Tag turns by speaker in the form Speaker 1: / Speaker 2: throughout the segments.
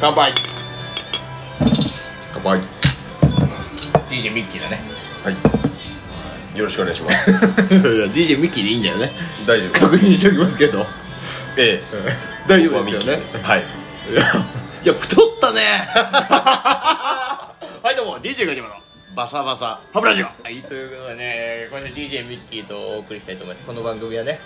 Speaker 1: 乾杯
Speaker 2: 乾杯
Speaker 1: DJ ミッキーだね
Speaker 2: はいよろしくお願いします
Speaker 1: DJ ミッキ ーでいいんだよね
Speaker 2: 大丈夫
Speaker 1: 確認しておきますけど
Speaker 2: ええ
Speaker 1: 大丈夫ですよね
Speaker 2: はい
Speaker 1: いやいや太ったね はいどうも DJ ガチャマの
Speaker 2: バサバサ
Speaker 1: ハブラジオ
Speaker 3: はい、ということでね、これで DJ ミッキーとお送りしたいと思います。この番組はね、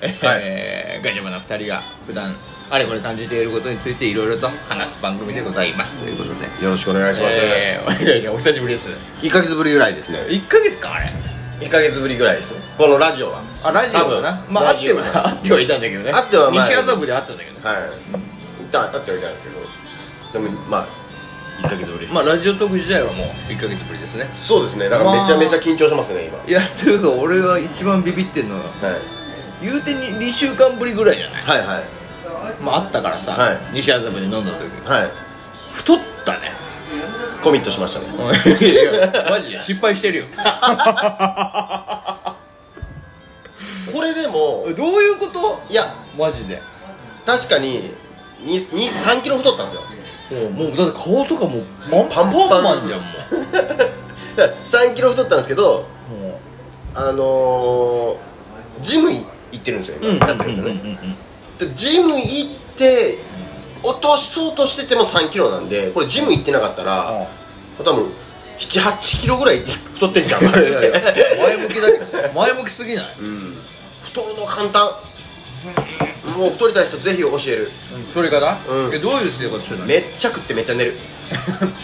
Speaker 3: えーガジャマな2人が普段あれこれ感じていることについていろいろと話す番組でございますということで。
Speaker 2: よろしくお願いします、
Speaker 3: えーお願いしますお久しぶりです。
Speaker 2: 一ヶ月ぶりぐらいですね
Speaker 3: 1ヶ月か、あれ。
Speaker 2: 一ヶ月ぶりぐらいですよこのラジオは
Speaker 3: あ、ラジオか
Speaker 2: 多
Speaker 3: な。
Speaker 2: 分
Speaker 3: まあ、あ
Speaker 2: ラ
Speaker 3: っ
Speaker 2: ジ
Speaker 3: て
Speaker 2: オ
Speaker 3: は、あってはいたんだけどね。
Speaker 2: あってはまあ
Speaker 3: 西麻布であったんだけどね。
Speaker 2: はい一旦あってはいたんですけどでもまあ一ヶ月ぶりです、
Speaker 3: まあ、ラジオトーク自体はもう1ヶ月ぶりですね。
Speaker 2: そうですねだからめちゃめちゃ緊張しますね今はい
Speaker 3: や、というか俺は一番ビビってんのは、
Speaker 2: い
Speaker 3: 言うてに2週間ぶりぐらいじゃない
Speaker 2: はいはい
Speaker 3: まあ、あったからさ、
Speaker 2: はい
Speaker 3: 西麻布で飲んだ時。
Speaker 2: はい
Speaker 3: 太ったね
Speaker 2: コミットしましたね
Speaker 3: いやマジで失敗してるよ
Speaker 2: これでも
Speaker 3: どういうこと
Speaker 2: いや
Speaker 3: マジで
Speaker 2: 確かににに3キロ太ったんですよ
Speaker 3: もうだって顔とかもうパ
Speaker 2: パ
Speaker 3: ン
Speaker 2: ン
Speaker 3: パ
Speaker 2: パ
Speaker 3: ン
Speaker 2: ン
Speaker 3: マンじゃんも
Speaker 2: 3キロ太ったんですけど
Speaker 3: うも
Speaker 2: あのー、ジムい行ってるんですよ
Speaker 3: ううんうん
Speaker 2: 今やってるんですよねでジム行って落とそうとしてても3キロなんでこれジム行ってなかったら多分78キロぐらい太ってんじゃ ん
Speaker 3: いやいや前向きだけどさ前向きすぎない
Speaker 2: うん太るの簡単もう太りたい人ぜひ教える
Speaker 3: それから
Speaker 2: うん
Speaker 3: えどういう生活してたの
Speaker 2: めっちゃ食ってめっちゃ寝る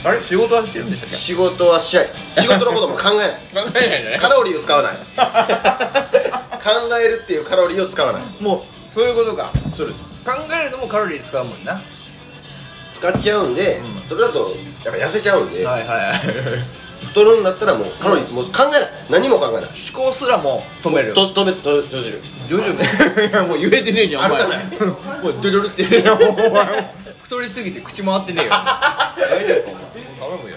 Speaker 3: あれ仕事はしてるんでしたっ
Speaker 2: 仕事はしない仕事のことも考えない
Speaker 3: け考えないじゃ
Speaker 2: カロリーを使 わない考えるっていうカロリーを使わない
Speaker 3: もうそういうことか
Speaker 2: そうです
Speaker 3: 考えるのもカロリー使うもんなは
Speaker 2: 使っちゃうんで、
Speaker 3: うん
Speaker 2: それだとやっぱ痩せちゃうんで、
Speaker 3: いはいはい
Speaker 2: 太るんだったらもうカロリーもう考えない何も考えない
Speaker 3: 思考すらも止める
Speaker 2: と止めと閉じる
Speaker 3: 徐々にいやもう言えてねえじゃんお前
Speaker 2: 歩かない
Speaker 3: もうドゥルルっていやもうお前太りすぎて口回ってねえよ大丈夫かお前頼むよ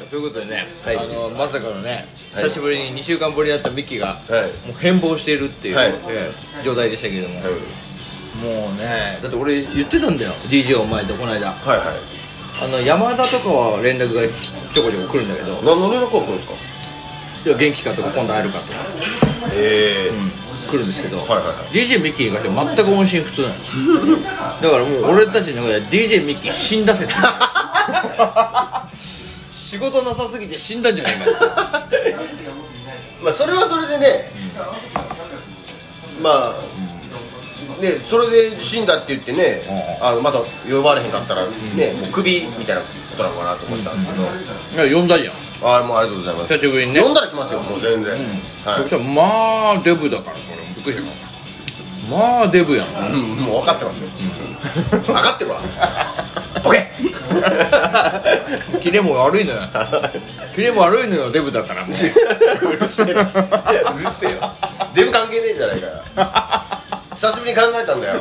Speaker 3: えーということでね、
Speaker 2: はい
Speaker 3: あのまさかのね、
Speaker 2: はい
Speaker 3: 久しぶりに2週間ぶりだったミキが
Speaker 2: はい、
Speaker 3: もう変貌しているっていう、
Speaker 2: はい
Speaker 3: えー状態でしたけれども、もうねだって俺言ってたんだよ DJ お前とこの間
Speaker 2: はいはい
Speaker 3: あの山田とかは連絡がちょこちょこ来るんだけど
Speaker 2: 何の連絡が来るんですか
Speaker 3: いや元気かとか今度会えるかとか、
Speaker 2: ええ
Speaker 3: 来るんですけど、
Speaker 2: はいはいは
Speaker 3: DJ ミッキーが全く音信不通なのだからもう俺たちの中で DJ ミッキー死んだ説仕事なさすぎて死んだんじゃないか
Speaker 2: まあそれはそれでね、まあ、ねそれで死んだって言ってね、
Speaker 3: う
Speaker 2: あのまた呼ばれへんかったらね、もうクビみたいなことなのかなと思ってたんですけど、
Speaker 3: いや呼んだじゃん
Speaker 2: ああもうありがとうございます
Speaker 3: 久しぶりにね
Speaker 2: 呼んだら来ますよもう全然、
Speaker 3: そしたらまあデブだからこれびっくりしたまあデブやん
Speaker 2: はい、うん、もう分かってますよ、分かってるわボケ
Speaker 3: キレも悪いのよキレも悪いのよデブだからもう
Speaker 2: うるせえうるせえよデブ関係ねえじゃないかよ久しぶりに考えたんだよ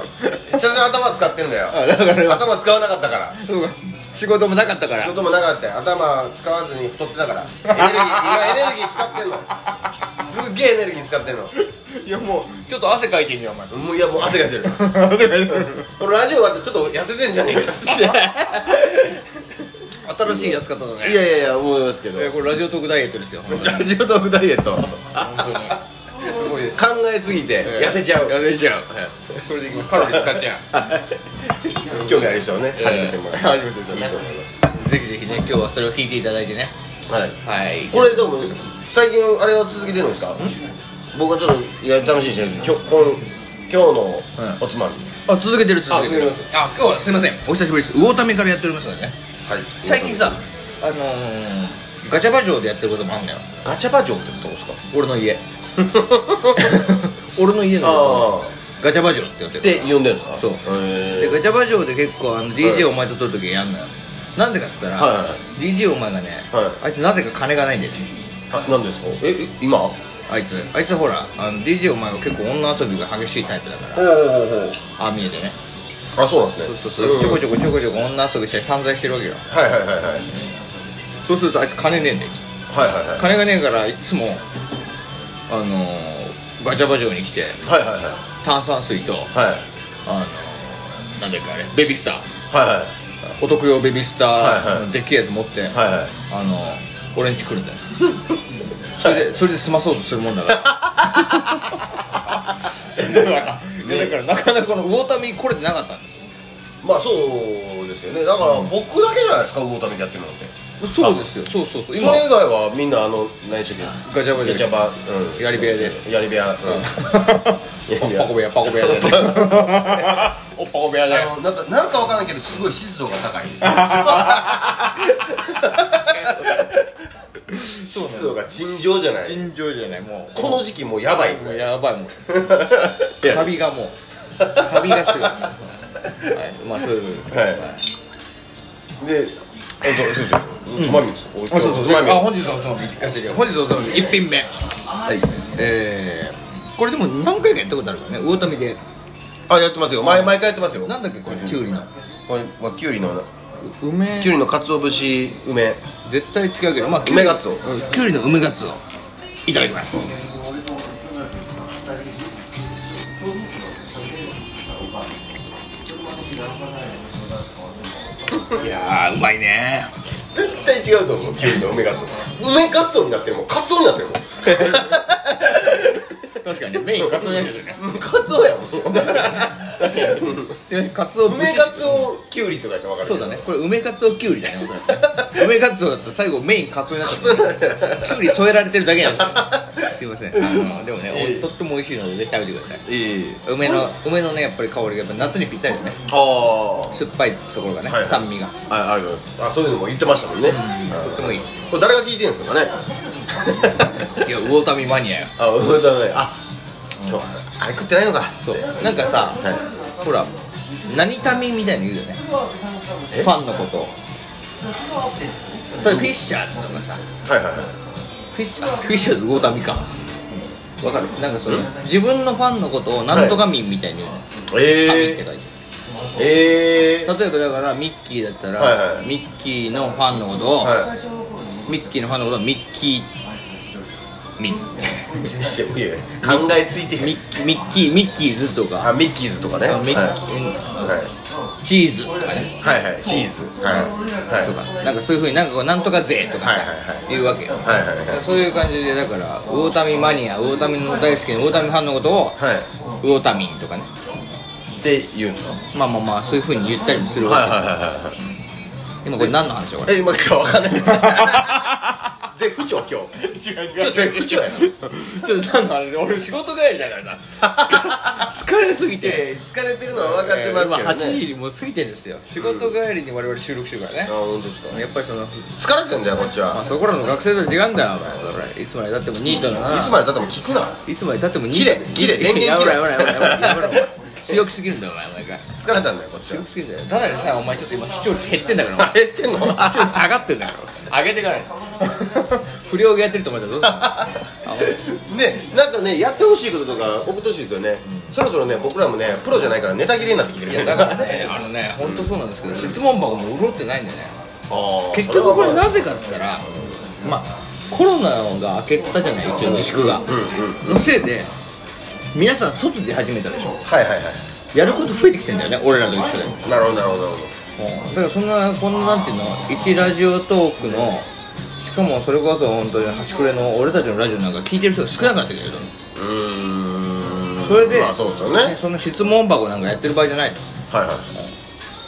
Speaker 2: 久しぶりに頭使ってんだ
Speaker 3: あだか
Speaker 2: よ頭使わなかったから
Speaker 3: そうか 仕事もなかったから
Speaker 2: 仕事もなかったよ頭使わずに太ってたからエネルギー今エネルギー使ってんのすっげえエネルギー使ってんの
Speaker 3: いやもうちょっと汗かいてんじゃんお前
Speaker 2: もういやもう汗が出る
Speaker 3: 汗かいてる
Speaker 2: 俺ラジオ終わってちょっと痩せてんじゃねえか
Speaker 3: 新しいやつ方だね
Speaker 2: いやいやいや思いますけど
Speaker 3: いやこれラジオトークダイエットですよ本当に
Speaker 2: ラジオトークダイエット考
Speaker 3: 本当にすごいです
Speaker 2: えすぎて痩せちゃう
Speaker 3: 痩せちゃうそれで今カロリー使っちゃ
Speaker 2: 興味あるでしょうね初
Speaker 3: ええ
Speaker 2: めてもらう
Speaker 3: 初めてだね
Speaker 2: いいと思いま
Speaker 3: う
Speaker 2: す
Speaker 3: ぜひぜひね今日はそれを聞いていただいてね
Speaker 2: はい
Speaker 3: はい
Speaker 2: これでも最近あれは続けてるんですか僕はちょっといや楽しいですね今日こん今日のおつまみ、
Speaker 3: あ続けてる続けてる
Speaker 2: あ続け
Speaker 3: あ今日はすいませんお久しぶりです魚民からやっておりますのでね
Speaker 2: はい
Speaker 3: 最近さあのー、ガチャバ嬢でやってることもあるんだよ
Speaker 2: ガチャバ嬢ってことですか
Speaker 3: 俺の家 俺の家のこと
Speaker 2: ああ
Speaker 3: ガチャバ嬢ってやってる
Speaker 2: で呼んでるんですか
Speaker 3: そう
Speaker 2: へ
Speaker 3: で
Speaker 2: え
Speaker 3: ガチャバ嬢で結構あの
Speaker 2: はい
Speaker 3: DJ お前と撮るときやんのよなんでかっつったら、
Speaker 2: はいはいはい
Speaker 3: DJ お前がね、
Speaker 2: は
Speaker 3: あいつなぜか金がないんだよね
Speaker 2: あなんでですかええ今おう
Speaker 3: あいつあいつほらあの DJ お前は結構女遊びが激しいタイプだから
Speaker 2: おうおう
Speaker 3: ああ見えてね
Speaker 2: あそうなんですね
Speaker 3: そうそうそうちょこち
Speaker 2: ょ
Speaker 3: ょこちょこちょこ女遊びして散々してるわけよ
Speaker 2: こはいはいはいはいはい
Speaker 3: そうするとあいつ金ねえんだよ
Speaker 2: はいはい
Speaker 3: 金がねえからいつもあのーガチャバ嬢に来て
Speaker 2: はいはいはい
Speaker 3: 炭酸水と
Speaker 2: はい
Speaker 3: あのーなんだっけあれベビースター
Speaker 2: はいはい
Speaker 3: お得用ベビースタ
Speaker 2: はいは
Speaker 3: ー
Speaker 2: い
Speaker 3: でっけえやつ持って、
Speaker 2: はいはい
Speaker 3: あの俺ん家来 るんだよそれでそれで済まそうとするもんだから だから,、だからなかなかこの魚民来れてなかったんですよ
Speaker 2: まあそうですよねだから僕だけじゃないですか魚民でやってるのって
Speaker 3: そうですよそうそうそう
Speaker 2: そ
Speaker 3: 今
Speaker 2: れ以外はみんなあの何でしたっ
Speaker 3: ガチャバ
Speaker 2: け
Speaker 3: チャ
Speaker 2: ガチャバ、うん、
Speaker 3: やり部屋で
Speaker 2: やり部屋、うん、 いや
Speaker 3: パコ部屋パコ部屋で おパコ部屋で
Speaker 2: あのなんかなんかわからないけどすごい湿度が 高い湿度が尋常じゃない
Speaker 3: 尋常じゃないもう
Speaker 2: この時期もうやばい
Speaker 3: も うやばいもうカビがもうカビが すごい、はい、まあそういうことですけど
Speaker 2: はいであそうそうそうつまみですお
Speaker 3: あそうそう
Speaker 2: つまみ
Speaker 3: あ本日のおつまみ聞かせてよ本日のおつまみ1品目
Speaker 2: はい
Speaker 3: えー、これでも何回かやったことあるからね魚民で
Speaker 2: あやってますよ毎毎回やってますよ
Speaker 3: なんだっけこれキュウリの
Speaker 2: これはきゅうりの
Speaker 3: 梅
Speaker 2: きゅうりの鰹節梅
Speaker 3: 絶対違うけどまあ
Speaker 2: 梅ガツオ
Speaker 3: きゅうりの梅ガツオいただきます いやーうまいね
Speaker 2: 絶対違うと思うきゅうりの梅ガツオ梅ガツオになってるもんカツオになってるもん
Speaker 3: 確かにね メインカツオやけどね
Speaker 2: カツオやもん
Speaker 3: えカツオ
Speaker 2: 梅ガツオきゅうりとかやったら分かる
Speaker 3: そうだねこれ梅カツオきゅうりだねおそら くね梅カツオだったら最後メインカツオになっちゃったきゅうり添えられてるだけなんですよすいませ んあのでもね
Speaker 2: ええ
Speaker 3: おとっても美味しいので絶対食べてくださ
Speaker 2: いいい
Speaker 3: い梅の梅のねやっぱり香りがやっぱ夏にぴったりですね
Speaker 2: あー
Speaker 3: 酸っぱいところがね、
Speaker 2: はいはい
Speaker 3: 酸味が
Speaker 2: あありがとうございますあそういうのも言ってましたもんね
Speaker 3: とってもいいい
Speaker 2: これ誰が聞いてるんですかね
Speaker 3: や魚民マニアよ
Speaker 2: あうんだねあ今日あれ食ってないのか
Speaker 3: そうなんかさ、
Speaker 2: はい
Speaker 3: ほら何民みたいに言うよね
Speaker 2: え
Speaker 3: ファンのことを例えばフィッシャーズとかさ
Speaker 2: はいはいはい
Speaker 3: フィッシャーフィッシャーズ魚民かわかるなんかその自分のファンのことをなんとか民みたいに言うの、民って
Speaker 2: え
Speaker 3: 書いて
Speaker 2: ー、えー、
Speaker 3: 例えばだからミッキーだったら、
Speaker 2: はいはい
Speaker 3: ミッキーのファンのことを、
Speaker 2: は
Speaker 3: ミッキーのファンのことをミッキーミ
Speaker 2: いいや考えついて
Speaker 3: ミッミッキーミッキーズとか
Speaker 2: あミッキーズとかね
Speaker 3: ミッキー、
Speaker 2: はい
Speaker 3: チーズとかね
Speaker 2: はいはいはいチーズはいはい
Speaker 3: とかなんかそういうふうになんかこうなんとか勢とかさ、
Speaker 2: はいはいはい
Speaker 3: いうわけよ
Speaker 2: はいはいはい
Speaker 3: そういう感じでだから魚民マニア魚民の大好きな魚民ファンのことを
Speaker 2: はい
Speaker 3: 魚民とかね
Speaker 2: って言うんですか
Speaker 3: まあまあまあそういうふうに言ったりもするわけ、
Speaker 2: はいはいはいはい
Speaker 3: 今これ何の話よこれ
Speaker 2: え今今日わかんない です絶不調今日違う違う絶不調や
Speaker 3: ちょっとなんかあれ俺仕事帰りだからさ疲れ疲れすぎ
Speaker 2: いや
Speaker 3: て
Speaker 2: いや疲れてるのは分かってますけどね、
Speaker 3: 今8時もう過ぎてるんですよ仕事帰りに我々収録してるからね
Speaker 2: あ、本当ですか
Speaker 3: やっぱりその、
Speaker 2: 疲れてんだよこっち
Speaker 3: まあ、
Speaker 2: は
Speaker 3: そこらの学生とは違うんだよお前俺いつまでたってもニートだない
Speaker 2: いつまでたっても聞くない
Speaker 3: つまでたってもニ
Speaker 2: 切
Speaker 3: ー
Speaker 2: れ
Speaker 3: ト
Speaker 2: 切れ電
Speaker 3: やばい
Speaker 2: 源切れ
Speaker 3: やばいやばいやばいやばいお前強くすぎるんだよお前毎回
Speaker 2: 疲れたんだよこっち
Speaker 3: 強
Speaker 2: は
Speaker 3: くすぎるんだよただでさえお前ちょっと今視聴率減ってんだからお前
Speaker 2: あ減ってんの
Speaker 3: 視聴率下がってんだから上げてかない不良がやってると思ったらどうするあほんと
Speaker 2: ねなんかねやってほしいこととか送ってほしいですよね、そろそろね僕らもねプロじゃないからネタ切れになってきてる
Speaker 3: いやだからね、あのね、本当そうなんですけど、質問箱も潤ってないんだよね。
Speaker 2: あー
Speaker 3: 結局これ
Speaker 2: そは
Speaker 3: なぜかっつったら、まあ、コロナが明けたじゃない、一応自粛が。
Speaker 2: うん
Speaker 3: のせいで、皆さん外出始めたでしょ。
Speaker 2: はいはいは
Speaker 3: やること増えてきてんだよね、俺らと一緒で。
Speaker 2: いなるほどなるほどなるほ
Speaker 3: だからそんな、こんななんていうの、一ラジオトークの、しかもそれこそ本当に端くれの俺たちのラジオなんか聞いてる人が少なくなってくるけど、
Speaker 2: どうーん
Speaker 3: それで、
Speaker 2: まあそうですよね
Speaker 3: ねそんな質問箱なんかやってる場合じゃないと。
Speaker 2: はいはい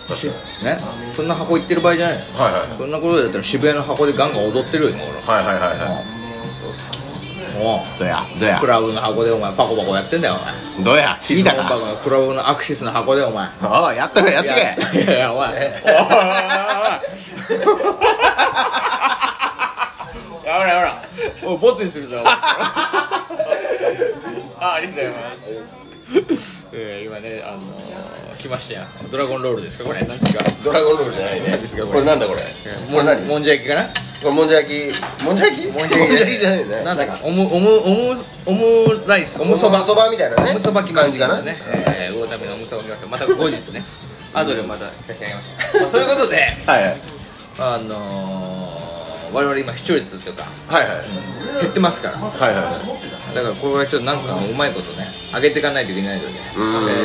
Speaker 2: 確かに
Speaker 3: ね、そんな箱行ってる場合じゃないの
Speaker 2: はいはい
Speaker 3: そんなことだったら渋谷の箱でガンガン踊ってるよ今頃
Speaker 2: はいはいはいはい
Speaker 3: おう
Speaker 2: どやどや
Speaker 3: クラブの箱でお前パコパコやってんだよお前
Speaker 2: どや聞いた
Speaker 3: 質問
Speaker 2: か
Speaker 3: 箱のクラブのアクシスの箱でお前
Speaker 2: おうやったかやって
Speaker 3: い
Speaker 2: け
Speaker 3: やいやいやお前おいおいおいおいやめろやめろおいボツにするぞお前あありがとうございますえー今ねあのー来ましたよドラゴンロールですかこれ何ですか
Speaker 2: ドラゴンロールじゃないね
Speaker 3: 何ですかこ
Speaker 2: こ
Speaker 3: れ
Speaker 2: れなんだこれこれ何こ
Speaker 3: もんじゃ焼きかな
Speaker 2: れもんじゃ焼きもんじゃ焼き
Speaker 3: もん
Speaker 2: もんじゃ焼きじゃないね
Speaker 3: なんだっけ、オム、オム、オム、オムライス、オ
Speaker 2: おむ
Speaker 3: ム
Speaker 2: そ
Speaker 3: そ
Speaker 2: ば
Speaker 3: ば。
Speaker 2: そばみたいなね
Speaker 3: おむそばきま
Speaker 2: 感
Speaker 3: し
Speaker 2: じ
Speaker 3: た
Speaker 2: かな
Speaker 3: ね。ええー、魚ためのおむそばきました。また後日ね。後でまた差し上げます。まあ、そういうことで、
Speaker 2: はいはい
Speaker 3: あのー、我々今視聴率というか
Speaker 2: はいはい
Speaker 3: 減ってますから
Speaker 2: はいはいはい
Speaker 3: だからこれはちょっとなんかうまいことね上げていかないといけないので、え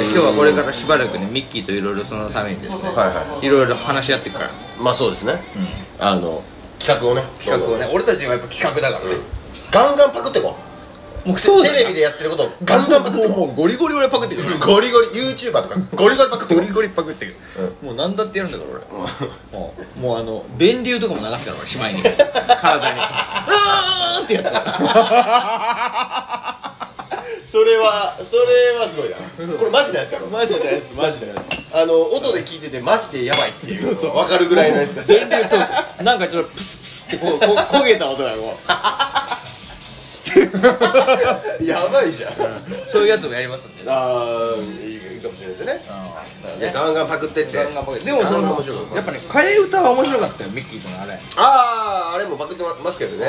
Speaker 2: ん
Speaker 3: ー今日はこれからしばらくねミッキーといろいろそのためにですね、
Speaker 2: はいはい
Speaker 3: ろいろ話し合っていくから、
Speaker 2: まあそうですねあの企画をね
Speaker 3: 企画をね俺たちはやっぱ企画だからね、
Speaker 2: ガンガンパクってこ
Speaker 3: もう
Speaker 2: う
Speaker 3: そうだ
Speaker 2: テ
Speaker 3: よ
Speaker 2: レビでやってることをガンガンパクっ
Speaker 3: も
Speaker 2: て
Speaker 3: うも
Speaker 2: こ
Speaker 3: うゴリゴリ俺パクってくる
Speaker 2: うゴリゴリ YouTuber とかゴリゴリパクって
Speaker 3: ゴ
Speaker 2: こ
Speaker 3: リ
Speaker 2: う
Speaker 3: ゴリパクってくる、もう何だってやるんだから俺、もうもうあの電流とかも流すから俺しまいに 体にうーってや
Speaker 2: それはそれはすごいなこれマジなやつやろ
Speaker 1: マジなやつマジなや
Speaker 2: あの音で聞いててマジでやばいっていうのが分かるぐらいのやつだ
Speaker 3: つ 電流となんかちょっとプスプスってこうこ焦げた音がこう
Speaker 2: やばいじゃん
Speaker 3: そういうやつもやりますんでね
Speaker 2: あーいいいいかもしれないですね
Speaker 3: うん
Speaker 2: じゃあガンガンパクってって
Speaker 3: ガンガンパクってでもそ
Speaker 2: ガンガン
Speaker 3: の
Speaker 2: 面白かった
Speaker 3: やっぱね替え歌は面白かったよミッキーとのあれ
Speaker 2: あああれもパクってますけどねい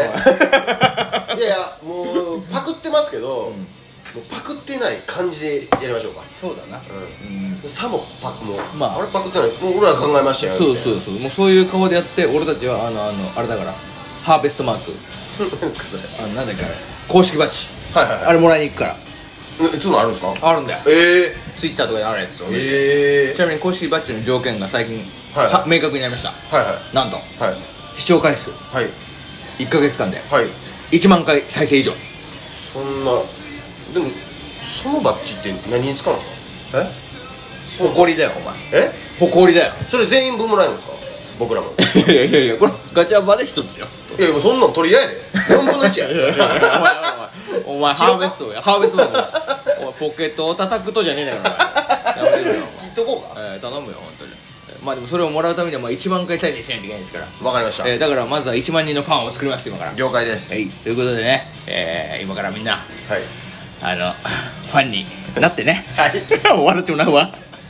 Speaker 2: やいやもうパクってますけど、もうパクってない感じでやりましょうか
Speaker 3: そうだな
Speaker 2: うんさもパクもう、
Speaker 3: まあ
Speaker 2: あれパクってないもう俺ら考えましたよ
Speaker 3: そうそううそうもうそういう顔でやって俺たちはあのあのあれだからハーベストマークあのなんだっけあれ公式バッジ
Speaker 2: はいはい
Speaker 3: あれもらいに行くから
Speaker 2: えいつもあるんですか
Speaker 3: あるんだよ
Speaker 2: え
Speaker 3: ツイッターとかであるやつ
Speaker 2: ー、え
Speaker 3: ちなみに公式バッジの条件が最近、
Speaker 2: はい
Speaker 3: は明確になりました
Speaker 2: ー、はいはい
Speaker 3: なんと
Speaker 2: はい
Speaker 3: 視聴回数
Speaker 2: はい
Speaker 3: 1ヶ月間で
Speaker 2: はい
Speaker 3: 1万回再生以上
Speaker 2: そんなでもそのバッジって何に使うんですか
Speaker 3: 誇りだよお前
Speaker 2: ええ
Speaker 3: 誇りだよ
Speaker 2: それ全員分もらえるんですか僕らも
Speaker 3: いやいやいやこれガチャバで一つよ
Speaker 2: いやもうそんなん取り合えで4分の1
Speaker 3: お前お前お前
Speaker 2: や
Speaker 3: ハーベストやハーベストだお前お前ポケットを叩くとじゃねえだからお前やめてくれよお前
Speaker 2: 聞いとこうか
Speaker 3: えー頼むよ本当にまあでもそれをもらうためにはまあ1万回再生しないといけないですから、
Speaker 2: わかりました、
Speaker 3: えーだからまずは1万人のファンを作ります今からは
Speaker 2: 了解です
Speaker 3: いということでね、えー今からみんな
Speaker 2: はい
Speaker 3: あのファンになってね
Speaker 2: はい
Speaker 3: 終わるってもなるわ